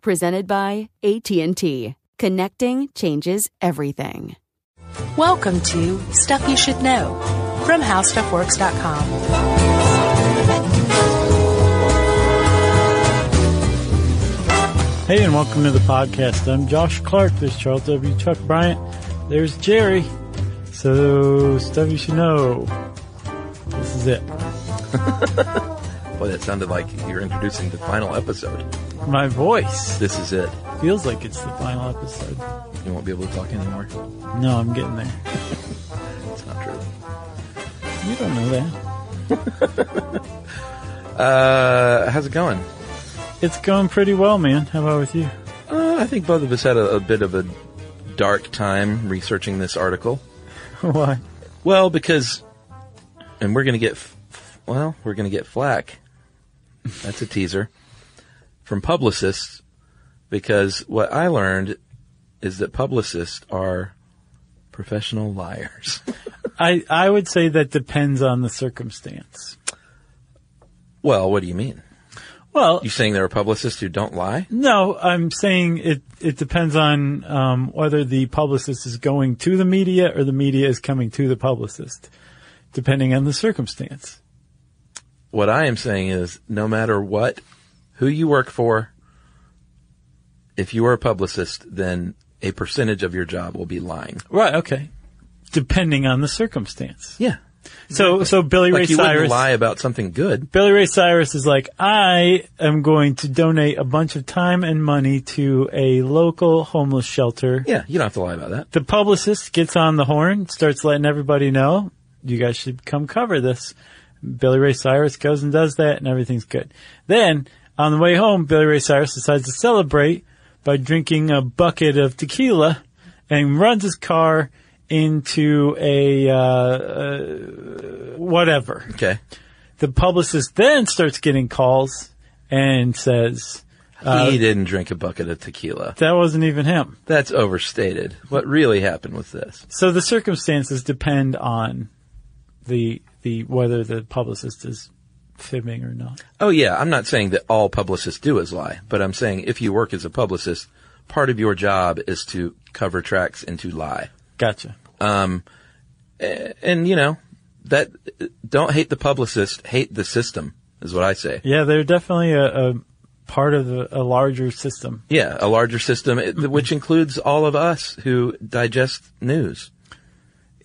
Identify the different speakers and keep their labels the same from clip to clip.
Speaker 1: Presented by AT&T. Connecting changes everything.
Speaker 2: Welcome to Stuff You Should Know from HowStuffWorks.com.
Speaker 3: Hey, and welcome to the podcast. I'm Josh Clark. There's Charles W. Chuck Bryant. There's Jerry. So, stuff you should know. This is it.
Speaker 4: Boy, that sounded like you're introducing the final episode.
Speaker 3: My voice
Speaker 4: This is it.
Speaker 3: feels like it's the final episode.
Speaker 4: You won't be able to talk anymore.
Speaker 3: No, I'm getting there.
Speaker 4: It's not true.
Speaker 3: You don't know that.
Speaker 4: Uh, how's it going?
Speaker 3: It's going pretty well, man. How about with you?
Speaker 4: Uh, I think both of us had a, a bit of a dark time researching this article.
Speaker 3: Why?
Speaker 4: Well, because, and we're gonna get, f- f- well, we're gonna get flack. That's a teaser from publicists, because what I learned is that publicists are professional liars.
Speaker 3: I, I would say that depends on the circumstance.
Speaker 4: well, what do you mean?
Speaker 3: Well,
Speaker 4: You saying there are publicists who don't lie?
Speaker 3: No, I'm saying it, it depends on um, whether the publicist is going to the media or the media is coming to the publicist, depending on the circumstance.
Speaker 4: What I am saying is, no matter what, who you work for, if you are a publicist, then a percentage of your job will be lying.
Speaker 3: Right, okay. Depending on the circumstance.
Speaker 4: Yeah.
Speaker 3: So, so Billy
Speaker 4: Like
Speaker 3: Ray
Speaker 4: you wouldn't
Speaker 3: Cyrus.
Speaker 4: lie about something good.
Speaker 3: Billy Ray Cyrus is like, I am going to donate a bunch of time and money to a local homeless shelter.
Speaker 4: Yeah, you don't have to lie about that.
Speaker 3: The publicist gets on the horn, starts letting everybody know, you guys should come cover this. Billy Ray Cyrus goes and does that and everything's good. Then, on the way home, Billy Ray Cyrus decides to celebrate by drinking a bucket of tequila and runs his car into a, uh, uh, whatever.
Speaker 4: Okay.
Speaker 3: The publicist then starts getting calls and says, Uh,
Speaker 4: he didn't drink a bucket of tequila.
Speaker 3: that wasn't even him.
Speaker 4: That's overstated. What really happened was this.
Speaker 3: So the circumstances depend on the the whether the publicist is fibbing or not.
Speaker 4: Oh yeah, I'm not saying that all publicists do is lie, but I'm saying if you work as a publicist, part of your job is to cover tracks and to lie.
Speaker 3: Gotcha.
Speaker 4: Um, and you know that don't hate the publicist, hate the system is what I say.
Speaker 3: Yeah, they're definitely a, a part of the, a larger system.
Speaker 4: Yeah, a larger system, it- which includes all of us who digest news.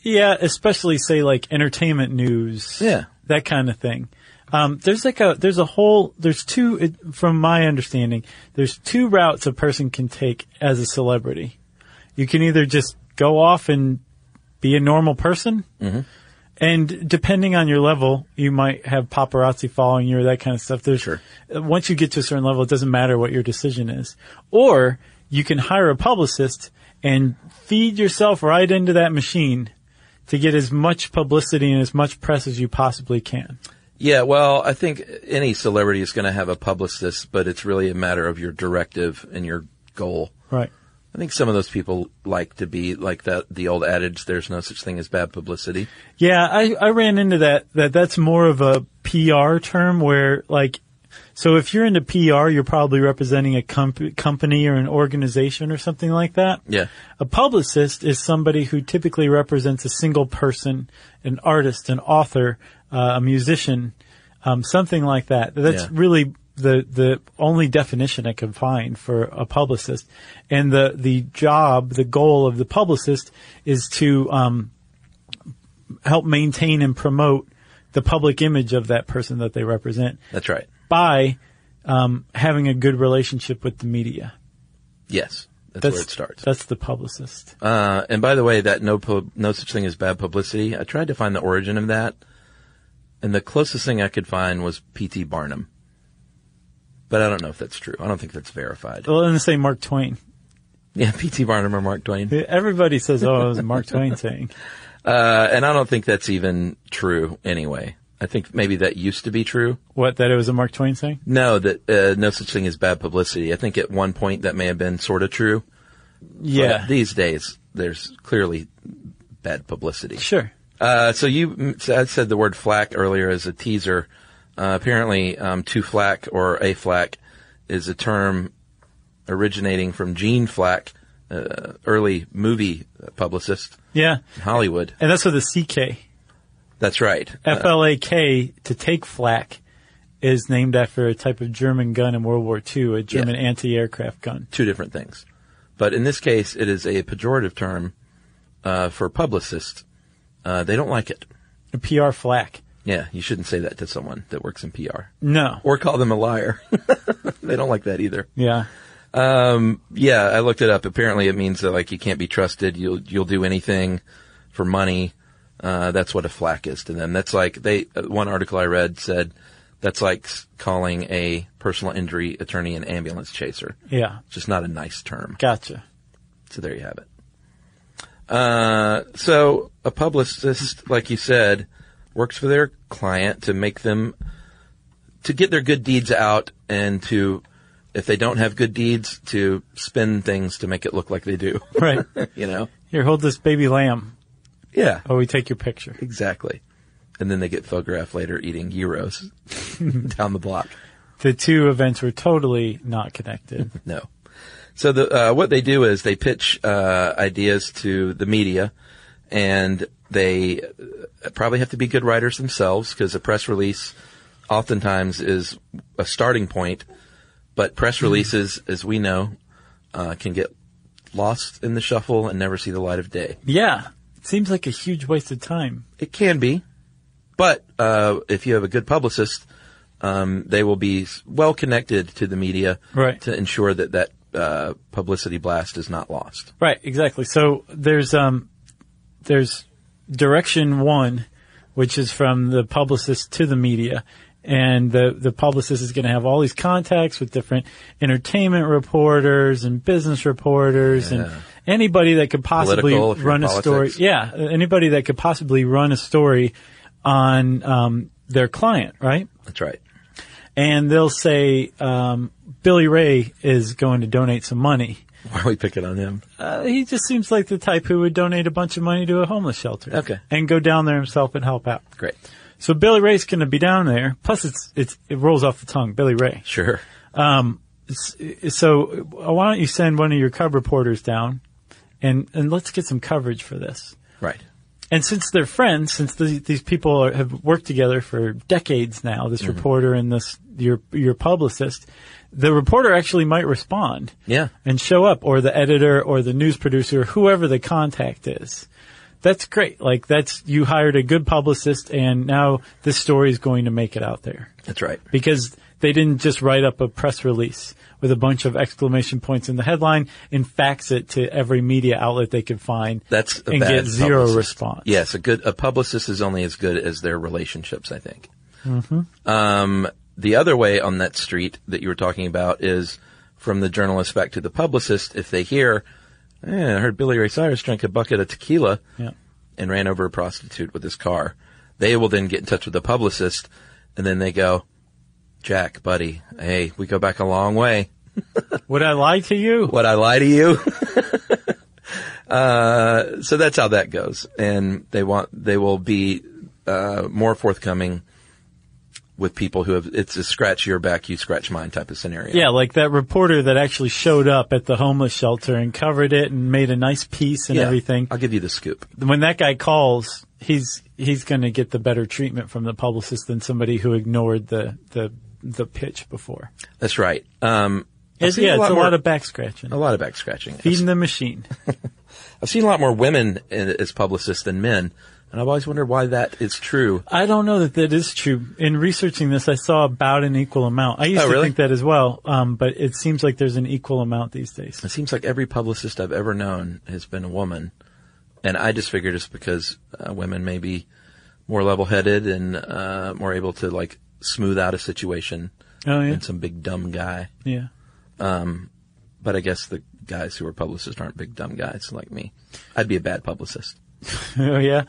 Speaker 3: Yeah, especially say like entertainment news.
Speaker 4: Yeah.
Speaker 3: that kind of thing. Um, there's like a there's a whole there's two it, from my understanding there's two routes a person can take as a celebrity. You can either just go off and be a normal person, and depending on your level, you might have paparazzi following you or that kind of stuff. There's
Speaker 4: Sure.
Speaker 3: uh, once you get to a certain level, it doesn't matter what your decision is. Or you can hire a publicist and feed yourself right into that machine to get as much publicity and as much press as you possibly can.
Speaker 4: Yeah, well, I think any celebrity is going to have a publicist, but it's really a matter of your directive and your goal.
Speaker 3: Right.
Speaker 4: I think some of those people like to be like that, the old adage, there's no such thing as bad publicity.
Speaker 3: Yeah, I, I ran into that, that that's more of a PR term where like, so if you're into PR, you're probably representing a comp- company or an organization or something like that.
Speaker 4: Yeah.
Speaker 3: A publicist is somebody who typically represents a single person, an artist, an author, uh, a musician, um, something like that. That's
Speaker 4: Yeah.
Speaker 3: really the the only definition I could find for a publicist, and the the job, the goal of the publicist is to um, help maintain and promote the public image of that person that they represent
Speaker 4: That's right.
Speaker 3: by um, having a good relationship with the media.
Speaker 4: Yes. That's, where it starts.
Speaker 3: That's the publicist.
Speaker 4: Uh, and by the way, that no pub, no such thing as bad publicity. I tried to find the origin of that, and the closest thing I could find was P.T. Barnum. But I don't know if that's true. I don't think that's verified.
Speaker 3: Well, and say Mark Twain.
Speaker 4: Yeah, P.T. Barnum or Mark Twain.
Speaker 3: Everybody says, "Oh, it was a Mark Twain saying."
Speaker 4: Uh, and I don't think that's even true anyway. I think maybe that used to be true.
Speaker 3: What? That it was a Mark Twain saying?
Speaker 4: No, that uh, no such thing as bad publicity. I think at one point that may have been sort of true. But these days, there's clearly bad publicity.
Speaker 3: sure.
Speaker 4: Uh, so you mm, so I said the word flack earlier as a teaser. Uh, apparently, um, to flack or a flack is a term originating from Gene Flack, uh, early movie publicist
Speaker 3: Yeah,
Speaker 4: in Hollywood.
Speaker 3: and that's with a CK.
Speaker 4: That's right. Uh,
Speaker 3: F L A K to take flak is named after a type of German gun in World War II, a German anti-aircraft gun.
Speaker 4: two different things. But in this case, it is a pejorative term uh, for publicists. Uh, they don't like it.
Speaker 3: A PR flak.
Speaker 4: Yeah, you shouldn't say that to someone that works in PR
Speaker 3: No.
Speaker 4: or call them a liar. they don't like that either.
Speaker 3: Yeah.
Speaker 4: Um, yeah, I looked it up. Apparently, it means that like you can't be trusted. You'll you'll do anything for money. Uh, that's what a flack is to them. That's like they. uh, One article I read said that's like s- calling a personal injury attorney an ambulance chaser.
Speaker 3: Yeah.
Speaker 4: It's just not a nice term.
Speaker 3: Gotcha.
Speaker 4: So there you have it. Uh, so a publicist, like you said, works for their client to make them, to get their good deeds out and to, if they don't have good deeds, to spin things to make it look like they do.
Speaker 3: Right.
Speaker 4: you know?
Speaker 3: Here, hold this baby lamb.
Speaker 4: Yeah.
Speaker 3: Oh, we take your picture.
Speaker 4: Exactly. And then they get photographed later eating gyros down the block.
Speaker 3: The two events were totally not connected.
Speaker 4: No. So the uh, what they do is they pitch uh, ideas to the media, and they uh, probably have to be good writers themselves because a press release oftentimes is a starting point, but press releases, as we know, uh, can get lost in the shuffle and never see the light of day.
Speaker 3: yeah. Seems like a huge waste of time.
Speaker 4: It can be, but uh, if you have a good publicist, um, they will be s- well connected to the media
Speaker 3: Right.
Speaker 4: to ensure that that uh, publicity blast is not lost.
Speaker 3: Right, exactly. So there's um there's direction one, which is from the publicist to the media. And the, the publicist is going to have all these contacts with different entertainment reporters and business reporters and anybody that could possibly
Speaker 4: Political, if you're
Speaker 3: run a
Speaker 4: in
Speaker 3: story.
Speaker 4: politics.
Speaker 3: Yeah, anybody that could possibly run a story on um, their client, right?
Speaker 4: That's right.
Speaker 3: And they'll say um, Billy Ray is going to donate some money.
Speaker 4: Why are we picking on him?
Speaker 3: Uh, he just seems like the type who would donate a bunch of money to a homeless shelter.
Speaker 4: Okay.
Speaker 3: And go down there himself and help out.
Speaker 4: Great.
Speaker 3: So Billy Ray's going to be down there. Plus, it's it's it rolls off the tongue, Billy Ray. Um,
Speaker 4: Sure.
Speaker 3: S- So uh, why don't you send one of your cub reporters down, and and let's get some coverage for this.
Speaker 4: Right.
Speaker 3: And since they're friends, since the, these people are, have worked together for decades now, this reporter and this your your publicist, the reporter actually might respond
Speaker 4: Yeah.
Speaker 3: and show up or the editor or the news producer, whoever the contact is. That's great. Like that's, you hired a good publicist and now this story is going to make it out there
Speaker 4: That's right.
Speaker 3: because they didn't just write up a press release with a bunch of exclamation points in the headline and fax it to every media outlet they could find.
Speaker 4: That's a
Speaker 3: and
Speaker 4: bad
Speaker 3: get zero
Speaker 4: publicist.
Speaker 3: response.
Speaker 4: Yes, a good a publicist is only as good as their relationships. I think. Um, the other way on that street that you were talking about is from the journalist back to the publicist. If they hear, eh, I heard Billy Ray Cyrus drank a bucket of tequila
Speaker 3: Yeah.
Speaker 4: and ran over a prostitute with his car, they will then get in touch with the publicist, and then they go, Jack, buddy, hey, we go back a long way.
Speaker 3: Would I lie to you?
Speaker 4: Would I lie to you? uh, so that's how that goes, and they want they will be uh, more forthcoming with people who have it's a scratch your back, you scratch mine type of scenario.
Speaker 3: Yeah, like that reporter that actually showed up at the homeless shelter and covered it and made a nice piece and
Speaker 4: Yeah.
Speaker 3: everything.
Speaker 4: I'll give you the scoop.
Speaker 3: when that guy calls, he's he's going to get the better treatment from the publicist than somebody who ignored the the the pitch before.
Speaker 4: That's right. Um, I've
Speaker 3: It's,
Speaker 4: seen
Speaker 3: yeah, it's a
Speaker 4: more-
Speaker 3: lot of back scratching.
Speaker 4: a lot of back scratching.
Speaker 3: Feeding the machine.
Speaker 4: I've seen a lot more women in- as publicists than men, and I've always wondered why that is true.
Speaker 3: I don't know that that is true. In researching this, I saw about an equal amount. I used
Speaker 4: Oh,
Speaker 3: to
Speaker 4: really?
Speaker 3: think that as well, um, but it seems like there's an equal amount these days.
Speaker 4: It seems like every publicist I've ever known has been a woman, and I just figured it's because uh, women may be more level-headed and uh, more able to like smooth out a situation
Speaker 3: Oh yeah,
Speaker 4: than some big dumb guy. Um,
Speaker 3: yeah.
Speaker 4: But I guess the guys who are publicists aren't big dumb guys like me. I'd be a bad publicist.
Speaker 3: Oh yeah.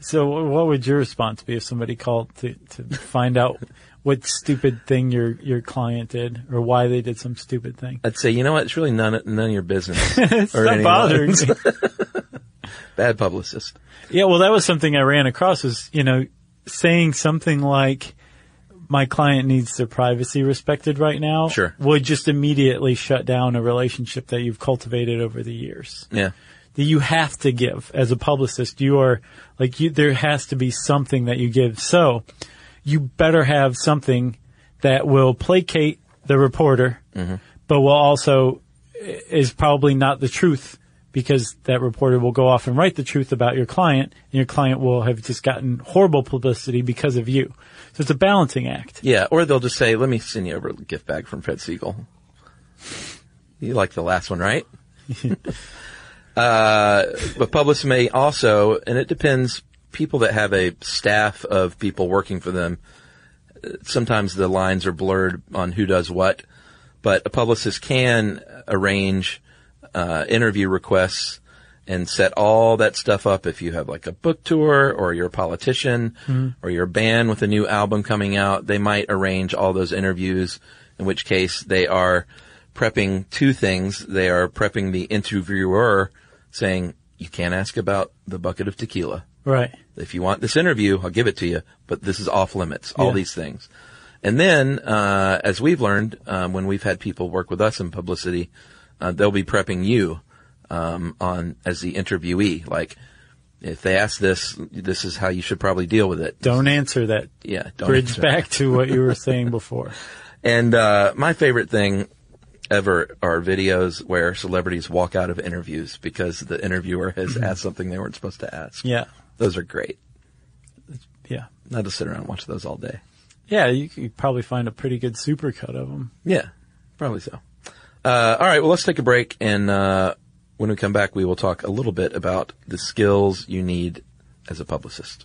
Speaker 3: So wh- what would your response be if somebody called to, to find out what stupid thing your, your client did or why they did some stupid thing?
Speaker 4: I'd say, you know what? It's really none of, none of your business.
Speaker 3: It's
Speaker 4: Or
Speaker 3: not
Speaker 4: anyone.
Speaker 3: bothering me.
Speaker 4: bad publicist.
Speaker 3: Yeah, well, that was something I ran across was, you know, saying something like, my client needs their privacy respected right now.
Speaker 4: Sure.
Speaker 3: Would just immediately shut down a relationship that you've cultivated over the years.
Speaker 4: Yeah.
Speaker 3: That you have to give as a publicist. You are like you, there has to be something that you give. So you better have something that will placate the reporter,
Speaker 4: Mm-hmm.
Speaker 3: but will also is probably not the truth because that reporter will go off and write the truth about your client and your client will have just gotten horrible publicity because of you. So it's a balancing act.
Speaker 4: Yeah, or they'll just say, "Let me send you over a gift bag from Fred Siegel." You like the last one, right? uh, but publicists may also, and it depends. People that have a staff of people working for them, uh, sometimes the lines are blurred on who does what. But a publicist can arrange uh, interview requests and set all that stuff up if you have like a book tour or you're a politician or you're a band with a new album coming out, they might arrange all those interviews, in which case they are prepping two things. They are prepping the interviewer saying, you can't ask about the bucket of tequila.
Speaker 3: Right.
Speaker 4: If you want this interview, I'll give it to you, but this is off limits, all
Speaker 3: Yeah.
Speaker 4: these things. And then, uh, as we've learned, um, when we've had people work with us in publicity, uh, they'll be prepping you, um, on, as the interviewee. Like, if they ask this, this is how you should probably deal with it.
Speaker 3: Don't answer that.
Speaker 4: Yeah. Don't
Speaker 3: Bridge
Speaker 4: answer.
Speaker 3: back to what you were saying before.
Speaker 4: And, uh, my favorite thing ever are videos where celebrities walk out of interviews because the interviewer has
Speaker 3: Mm-hmm.
Speaker 4: asked something they weren't supposed to ask.
Speaker 3: Yeah.
Speaker 4: Those are great.
Speaker 3: Yeah.
Speaker 4: I'll just sit around and watch those all day.
Speaker 3: Yeah, you could probably find a pretty good supercut of them.
Speaker 4: Yeah, probably so. Uh, all right, well, let's take a break, and uh, when we come back, we will talk a little bit about the skills you need as a publicist.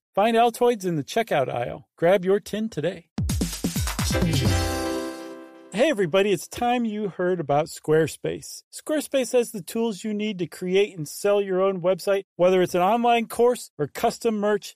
Speaker 3: Find Altoids in the checkout aisle. Grab your tin today. Hey, everybody, it's time you heard about Squarespace. Squarespace has the tools you need to create and sell your own website, whether it's an online course or custom merch.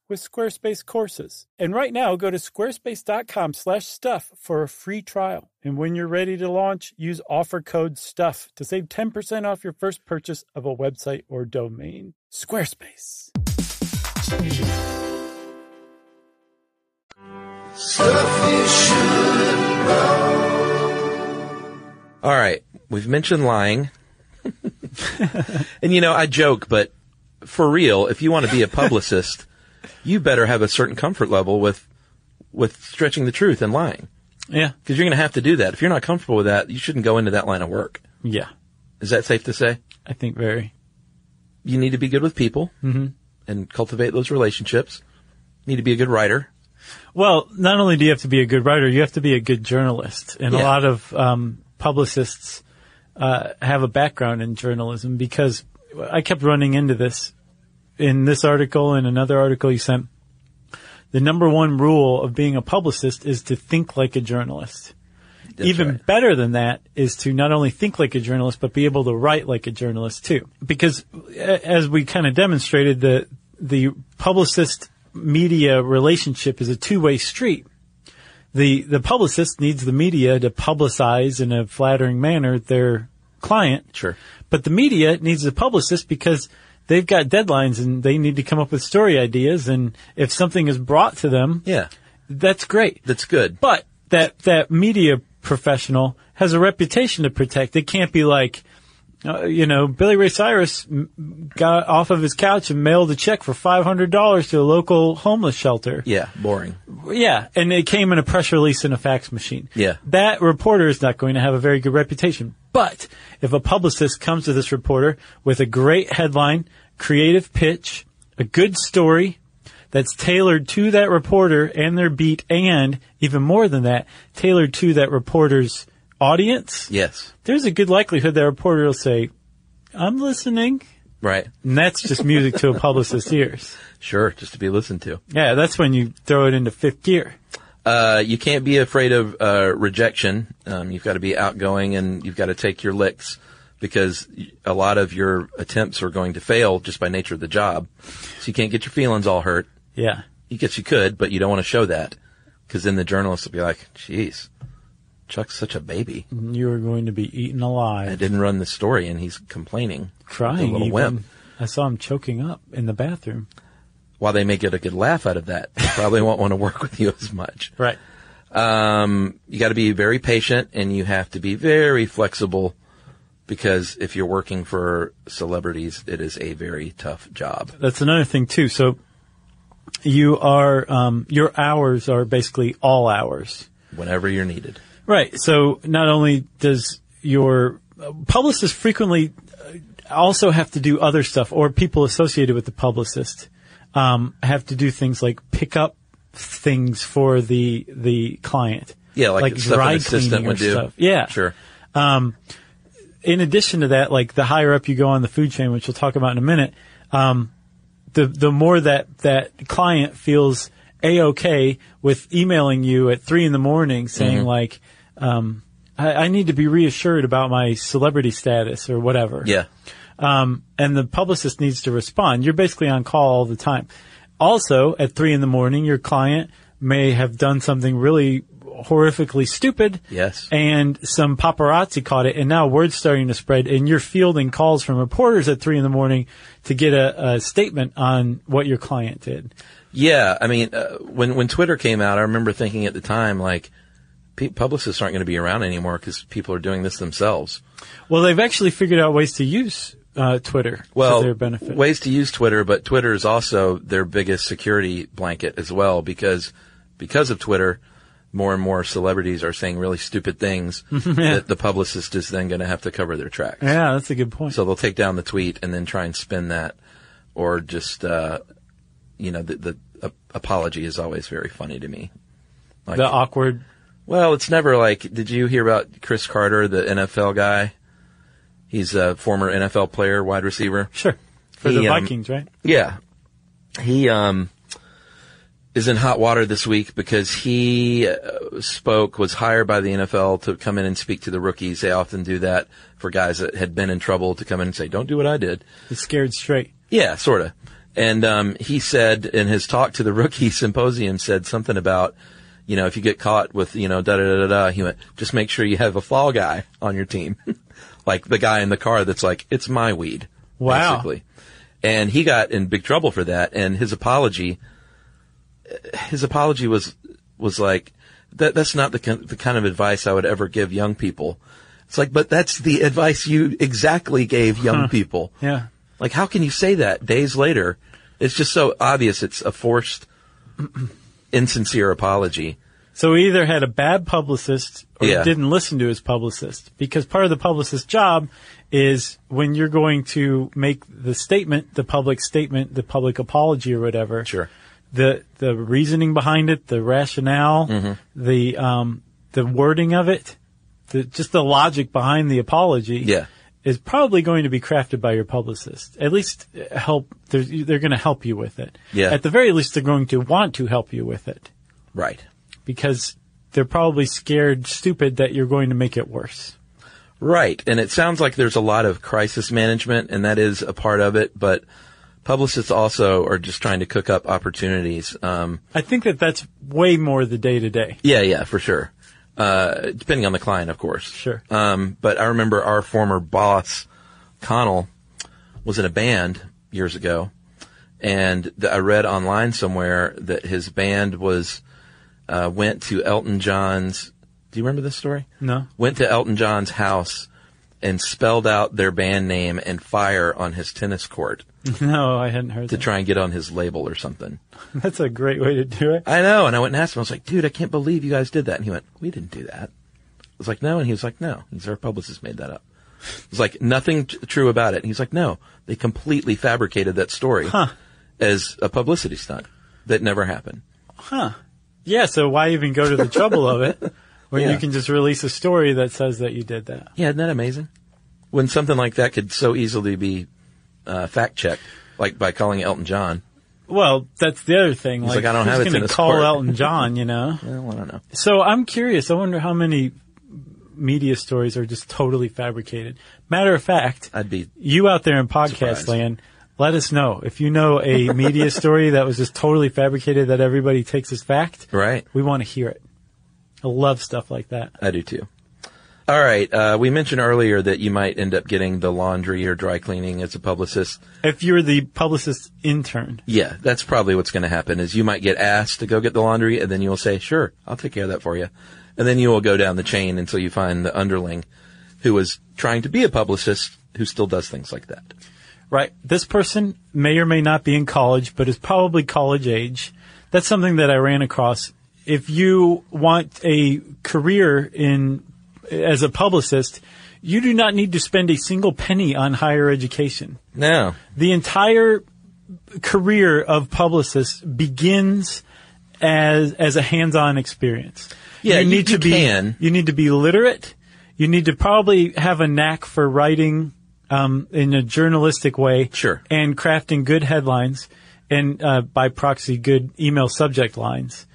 Speaker 3: with Squarespace courses. And right now, go to squarespace.com/stuff for a free trial. And when you're ready to launch, use offer code STUFF to save 10% off your first purchase of a website or domain. Squarespace.
Speaker 4: All right, we've mentioned lying. and you know, I joke, but for real, if you want to be a publicist, you better have a certain comfort level with with stretching the truth and lying.
Speaker 3: Yeah.
Speaker 4: Cuz you're going to have to do that. If you're not comfortable with that, you shouldn't go into that line of work.
Speaker 3: Yeah.
Speaker 4: Is that safe to say?
Speaker 3: I think very.
Speaker 4: you need to be good with people
Speaker 3: Mhm.
Speaker 4: and cultivate those relationships. You need to be a good writer.
Speaker 3: Well, not only do you have to be a good writer, you have to be a good journalist. And a
Speaker 4: Yeah.
Speaker 3: lot of um, publicists uh, have a background in journalism because I kept running into this in this article and another article you sent. The number one rule of being a publicist is to think like a journalist.
Speaker 4: That's
Speaker 3: Even
Speaker 4: right.
Speaker 3: better than that is to not only think like a journalist, but be able to write like a journalist too. Because a- as we kind of demonstrated, the, the publicist media relationship is a two way street. The, the publicist needs the media to publicize in a flattering manner their client.
Speaker 4: Sure.
Speaker 3: But the media needs a publicist because they've got deadlines and they need to come up with story ideas. And if something is brought to them,
Speaker 4: Yeah.
Speaker 3: that's great.
Speaker 4: That's good.
Speaker 3: But that that media professional has a reputation to protect. It can't be like, uh, you know, Billy Ray Cyrus m- got off of his couch and mailed a check for five hundred dollars to a local homeless shelter.
Speaker 4: yeah. Boring.
Speaker 3: Yeah, and it came in a press release and a fax machine.
Speaker 4: Yeah.
Speaker 3: That reporter is not going to have a very good reputation. But if a publicist comes to this reporter with a great headline, creative pitch, a good story that's tailored to that reporter and their beat, and even more than that, tailored to that reporter's audience,
Speaker 4: Yes.
Speaker 3: there's a good likelihood that reporter will say, I'm listening.
Speaker 4: Right.
Speaker 3: And that's just music to a publicist's ears.
Speaker 4: Sure. Just to be listened to.
Speaker 3: Yeah, that's when you throw it into fifth gear.
Speaker 4: Uh, you can't be afraid of uh, rejection. Um, you've got to be outgoing and you've got to take your licks because y- a lot of your attempts are going to fail just by nature of the job. So you can't get your feelings all hurt.
Speaker 3: Yeah.
Speaker 4: You guess you could, but you don't want to show that because then the journalist will be like, "Jeez, Chuck's such a baby.
Speaker 3: You are going to be eaten
Speaker 4: I
Speaker 3: alive,
Speaker 4: didn't run the story, and he's complaining,
Speaker 3: crying.
Speaker 4: a little
Speaker 3: even.
Speaker 4: wimp."
Speaker 3: I saw him choking up in the bathroom.
Speaker 4: While they may get a good laugh out of that, they probably won't want to work with you as much.
Speaker 3: Right.
Speaker 4: Um, you got to be very patient and you have to be very flexible because if you're working for celebrities, it is a very tough job.
Speaker 3: That's another thing too. So you are um, your hours are basically all hours.
Speaker 4: Whenever you're needed,
Speaker 3: Right. So not only does your publicist frequently uh, also have to do other stuff, or people associated with the publicist um, have to do things like pick up things for the the client.
Speaker 4: yeah, like, the stuff an
Speaker 3: dry
Speaker 4: assistant
Speaker 3: cleaning
Speaker 4: would
Speaker 3: or
Speaker 4: do.
Speaker 3: stuff. Yeah.
Speaker 4: sure.
Speaker 3: in addition to that, like the higher up you go on the food chain, which we'll talk about in a minute, um, the the more that that client feels a okay with emailing you at three in the morning saying like, um, I, I need to be reassured about my celebrity status or whatever
Speaker 4: Yeah,
Speaker 3: um, and the publicist needs to respond. You're basically on call all the time. Also, at three in the morning, your client may have done something really horrifically stupid.
Speaker 4: Yes.
Speaker 3: And some paparazzi caught it, and now word's starting to spread, and you're fielding calls from reporters at three in the morning to get a, a statement on what your client did.
Speaker 4: yeah. I mean, uh, when when Twitter came out, I remember thinking at the time like, pe- publicists aren't going to be around anymore because people are doing this themselves.
Speaker 3: Well, they've actually figured out ways to use uh, Twitter
Speaker 4: well,
Speaker 3: to their benefit.
Speaker 4: Ways to use Twitter, but Twitter is also their biggest security blanket as well because because of Twitter, more and more celebrities are saying really stupid things that the publicist is then going to have to cover their tracks.
Speaker 3: yeah, that's a good point.
Speaker 4: So they'll take down the tweet and then try and spin that, or just uh, you know the, the uh, apology is always very funny to me. Like,
Speaker 3: the uh, awkward.
Speaker 4: well, it's never like, did you hear about Chris Carter, the NFL guy? He's a former NFL player, wide receiver.
Speaker 3: Sure. For the
Speaker 4: He, um,
Speaker 3: Vikings, right?
Speaker 4: Yeah. He um is in hot water this week because he uh, spoke was hired by the NFL to come in and speak to the rookies. They often do that for guys that had been in trouble to come in and say, "Don't do what I did."
Speaker 3: The scared straight.
Speaker 4: Yeah, sort of. And um, he said in his talk to the rookie symposium, said something about, you know, if you get caught with, you know, da da da da da, he went, just make sure you have a fall guy on your team, like the guy in the car that's like, it's my weed,
Speaker 3: Wow.
Speaker 4: basically. And he got in big trouble for that. And his apology, his apology was was like, that that's not the kin- the kind of advice I would ever give young people. It's like, but that's the advice you exactly gave young people.
Speaker 3: Yeah.
Speaker 4: Like, how can you say that days later? It's just so obvious. It's a forced, insincere apology.
Speaker 3: So he either had a bad publicist or
Speaker 4: Yeah.
Speaker 3: didn't listen to his publicist because part of the publicist's job is when you're going to make the statement, the public statement, the public apology or whatever.
Speaker 4: Sure.
Speaker 3: The the reasoning behind it, the rationale,
Speaker 4: Mm-hmm.
Speaker 3: the um the wording of it, the just the logic behind the apology.
Speaker 4: Yeah.
Speaker 3: Is probably going to be crafted by your publicist. At least uh, help, they're, they're going to help you with it.
Speaker 4: Yeah.
Speaker 3: At the very least, they're going to want to help you with it
Speaker 4: Right.
Speaker 3: because they're probably scared stupid that you're going to make it worse.
Speaker 4: Right. And it sounds like there's a lot of crisis management, and that is a part of it, but publicists also are just trying to cook up opportunities. Um,
Speaker 3: I think that that's way more the day to day.
Speaker 4: yeah, yeah, for sure. Uh, depending on the client, of course.
Speaker 3: Sure.
Speaker 4: Um, but I remember our former boss, Connell, was in a band years ago, and th- I read online somewhere that his band was uh, went to Elton John's. Do you remember this story?
Speaker 3: No.
Speaker 4: Went to Elton John's house and spelled out their band name and fire on his tennis court
Speaker 3: No, I hadn't heard
Speaker 4: to
Speaker 3: that.
Speaker 4: try and get on his label or something.
Speaker 3: That's a great way to do it.
Speaker 4: I know. And I went and asked him, I was like, dude, I can't believe you guys did that. And he went, we didn't do that. I was like, no. And he was like, no. He's our publicist made that up. It was like, nothing t- true about it. And he's like, no, they completely fabricated that story as a publicity stunt that never happened.
Speaker 3: Yeah, so why even go to the trouble of it when
Speaker 4: Yeah.
Speaker 3: you can just release a story that says that you did that?
Speaker 4: Yeah. Isn't that amazing? When something like that could so easily be uh, fact checked, like by calling Elton John.
Speaker 3: Well, that's the other thing.
Speaker 4: like, I don't have
Speaker 3: who's
Speaker 4: a
Speaker 3: going
Speaker 4: tennis
Speaker 3: to call
Speaker 4: court.
Speaker 3: Elton John, you know?
Speaker 4: Well, I don't know.
Speaker 3: So I'm curious. I wonder how many media stories are just totally fabricated. Matter of fact,
Speaker 4: I'd be
Speaker 3: you out there in podcast
Speaker 4: Surprised.
Speaker 3: land, let us know if you know a media story that was just totally fabricated that everybody takes as fact.
Speaker 4: right.
Speaker 3: We want to hear it. I love stuff like that.
Speaker 4: I do too. All right. Uh, we mentioned earlier that you might end up getting the laundry or dry cleaning as a publicist.
Speaker 3: If you're the publicist intern,
Speaker 4: Yeah, that's probably what's going to happen is you might get asked to go get the laundry and then you'll say, sure, I'll take care of that for you. And then you will go down the chain until you find the underling who is trying to be a publicist who still does things like that.
Speaker 3: right? This person may or may not be in college, but is probably college age. That's something that I ran across. If you want a career in as a publicist, you do not need to spend a single penny on higher education.
Speaker 4: No.
Speaker 3: the entire career of publicists begins as as a hands-on experience.
Speaker 4: Yeah,
Speaker 3: you
Speaker 4: you-
Speaker 3: need
Speaker 4: you
Speaker 3: to be
Speaker 4: can.
Speaker 3: you need to be literate. You need to probably have a knack for writing um, in a journalistic way,
Speaker 4: Sure.
Speaker 3: and crafting good headlines, and uh, by proxy, good email subject lines.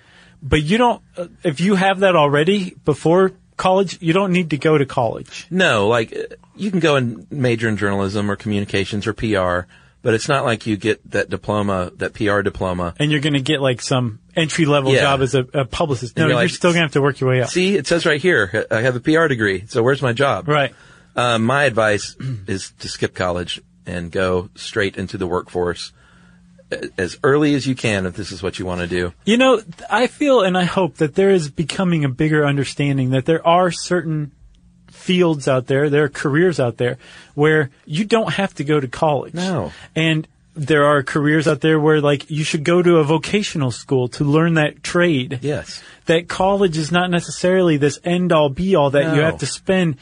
Speaker 3: But you don't. Uh, if you have that already before college, you don't need to go to college.
Speaker 4: No, like uh, you can go and major in journalism or communications or PR, but it's not like you get that diploma, that PR diploma.
Speaker 3: and you're going to get like some entry level
Speaker 4: Yeah.
Speaker 3: job as a, a publicist. No,
Speaker 4: you're
Speaker 3: you're,
Speaker 4: like,
Speaker 3: still going to have to work your way up.
Speaker 4: See, it says right here, I have a PR degree, so where's my job?
Speaker 3: Right.
Speaker 4: Uh, my advice is to skip college and go straight into the workforce a- as early as you can if this is what you want to do.
Speaker 3: You know, th- I feel and I hope that there is becoming a bigger understanding that there are certain fields out there, there are careers out there where you don't have to go to college.
Speaker 4: No.
Speaker 3: And there are careers out there where like you should go to a vocational school to learn that trade.
Speaker 4: Yes.
Speaker 3: That college is not necessarily this end all be all that you
Speaker 4: No.
Speaker 3: have to spend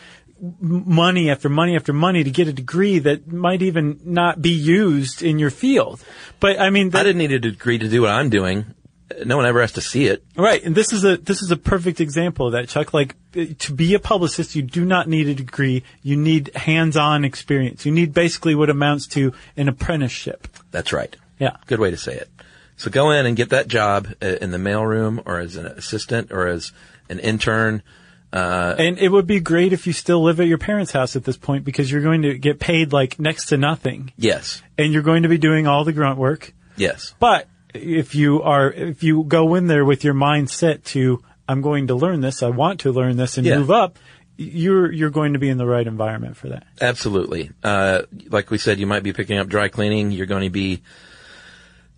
Speaker 3: money after money after money to get a degree that might even not be used in your field. But I mean, that,
Speaker 4: I didn't need a degree to do what I'm doing. Uh, No one ever has to see it.
Speaker 3: right. And this is a, this is a perfect example of that, Chuck. Like uh, to be a publicist, you do not need a degree. You need hands-on experience. You need basically what amounts to an apprenticeship.
Speaker 4: That's right.
Speaker 3: Yeah.
Speaker 4: Good way to say it. So go in and get that job uh, in the mailroom or as an assistant or as an intern.
Speaker 3: Uh, And it would be great if you still live at your parents' house at this point because you're going to get paid like next to nothing
Speaker 4: Yes.
Speaker 3: and you're going to be doing all the grunt work.
Speaker 4: Yes.
Speaker 3: But if you are, if you go in there with your mindset to, I'm going to learn this, I want to learn this and
Speaker 4: Yeah.
Speaker 3: move up, you're, you're going to be in the right environment for that.
Speaker 4: Absolutely. Uh, like we said, you might be picking up dry cleaning. You're going to be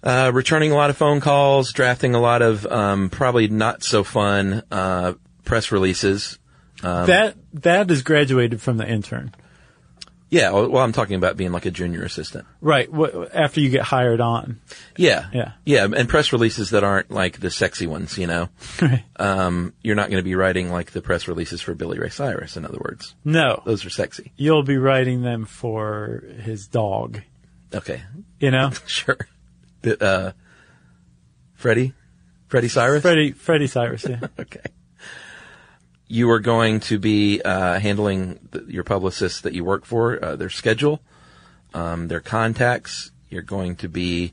Speaker 4: uh, returning a lot of phone calls, drafting a lot of um, probably not so fun uh, press releases.
Speaker 3: that, that is graduated from the intern.
Speaker 4: Yeah, well, I'm talking about being like a junior assistant.
Speaker 3: Right. Wh- after you get hired on.
Speaker 4: Yeah.
Speaker 3: Yeah.
Speaker 4: Yeah, and press releases that aren't like the sexy ones, you know.
Speaker 3: Right.
Speaker 4: Um, you're not going to be writing like the press releases for Billy Ray Cyrus, in other words.
Speaker 3: No.
Speaker 4: Those are sexy.
Speaker 3: You'll be writing them for his dog.
Speaker 4: Okay.
Speaker 3: You know?
Speaker 4: Sure. The, uh, Freddie? Freddie Cyrus?
Speaker 3: Freddie, Freddie Cyrus, yeah.
Speaker 4: Okay. You are going to be uh, handling the, your publicists that you work for, uh, their schedule, um, their contacts. You're going to be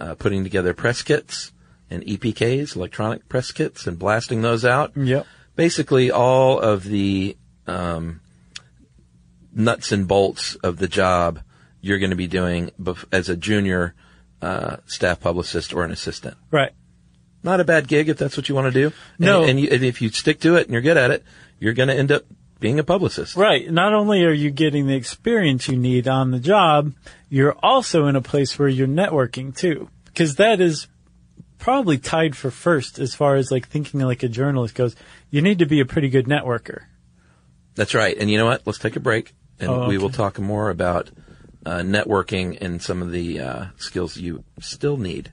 Speaker 4: uh, putting together press kits and EPKs, electronic press kits, and blasting those out.
Speaker 3: Yep.
Speaker 4: Basically, all of the um, nuts and bolts of the job you're going to be doing bef- as a junior uh, staff publicist or an assistant
Speaker 3: Right.
Speaker 4: not a bad gig if that's what you want to do. And-
Speaker 3: No.
Speaker 4: and, you, and if you stick to it and you're good at it, you're going to end up being a publicist.
Speaker 3: Right. Not only are you getting the experience you need on the job, you're also in a place where you're networking too. Because that is probably tied for first as far as like thinking like a journalist goes. You need to be a pretty good networker.
Speaker 4: That's right. And you know what? Let's take a break, and
Speaker 3: Oh,
Speaker 4: we will
Speaker 3: okay.
Speaker 4: talk more about uh, networking and some of the uh, skills you still need.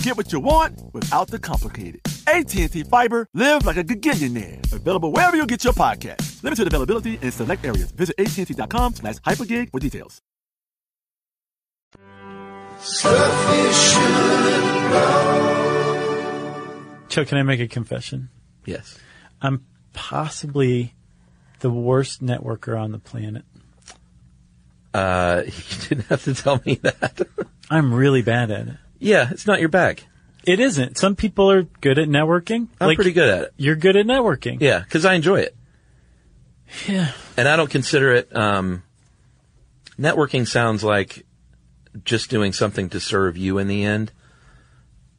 Speaker 5: Get what you want without the complicated. AT&T Fiber, live like a gigillionaire. Available wherever you get your podcast. Limited availability in select areas. Visit AT&T.com slash hypergig for details.
Speaker 3: Chuck, can I make a confession?
Speaker 4: Yes.
Speaker 3: I'm possibly the worst networker on the planet.
Speaker 4: Uh, you didn't have to tell me that.
Speaker 3: I'm really bad at it.
Speaker 4: yeah, it's not your bag.
Speaker 3: It isn't. Some people are good at networking.
Speaker 4: I'm pretty good at it.
Speaker 3: You're good at networking.
Speaker 4: Yeah, because I enjoy it,
Speaker 3: Yeah.
Speaker 4: and I don't consider it. Um, networking sounds like just doing something to serve you in the end.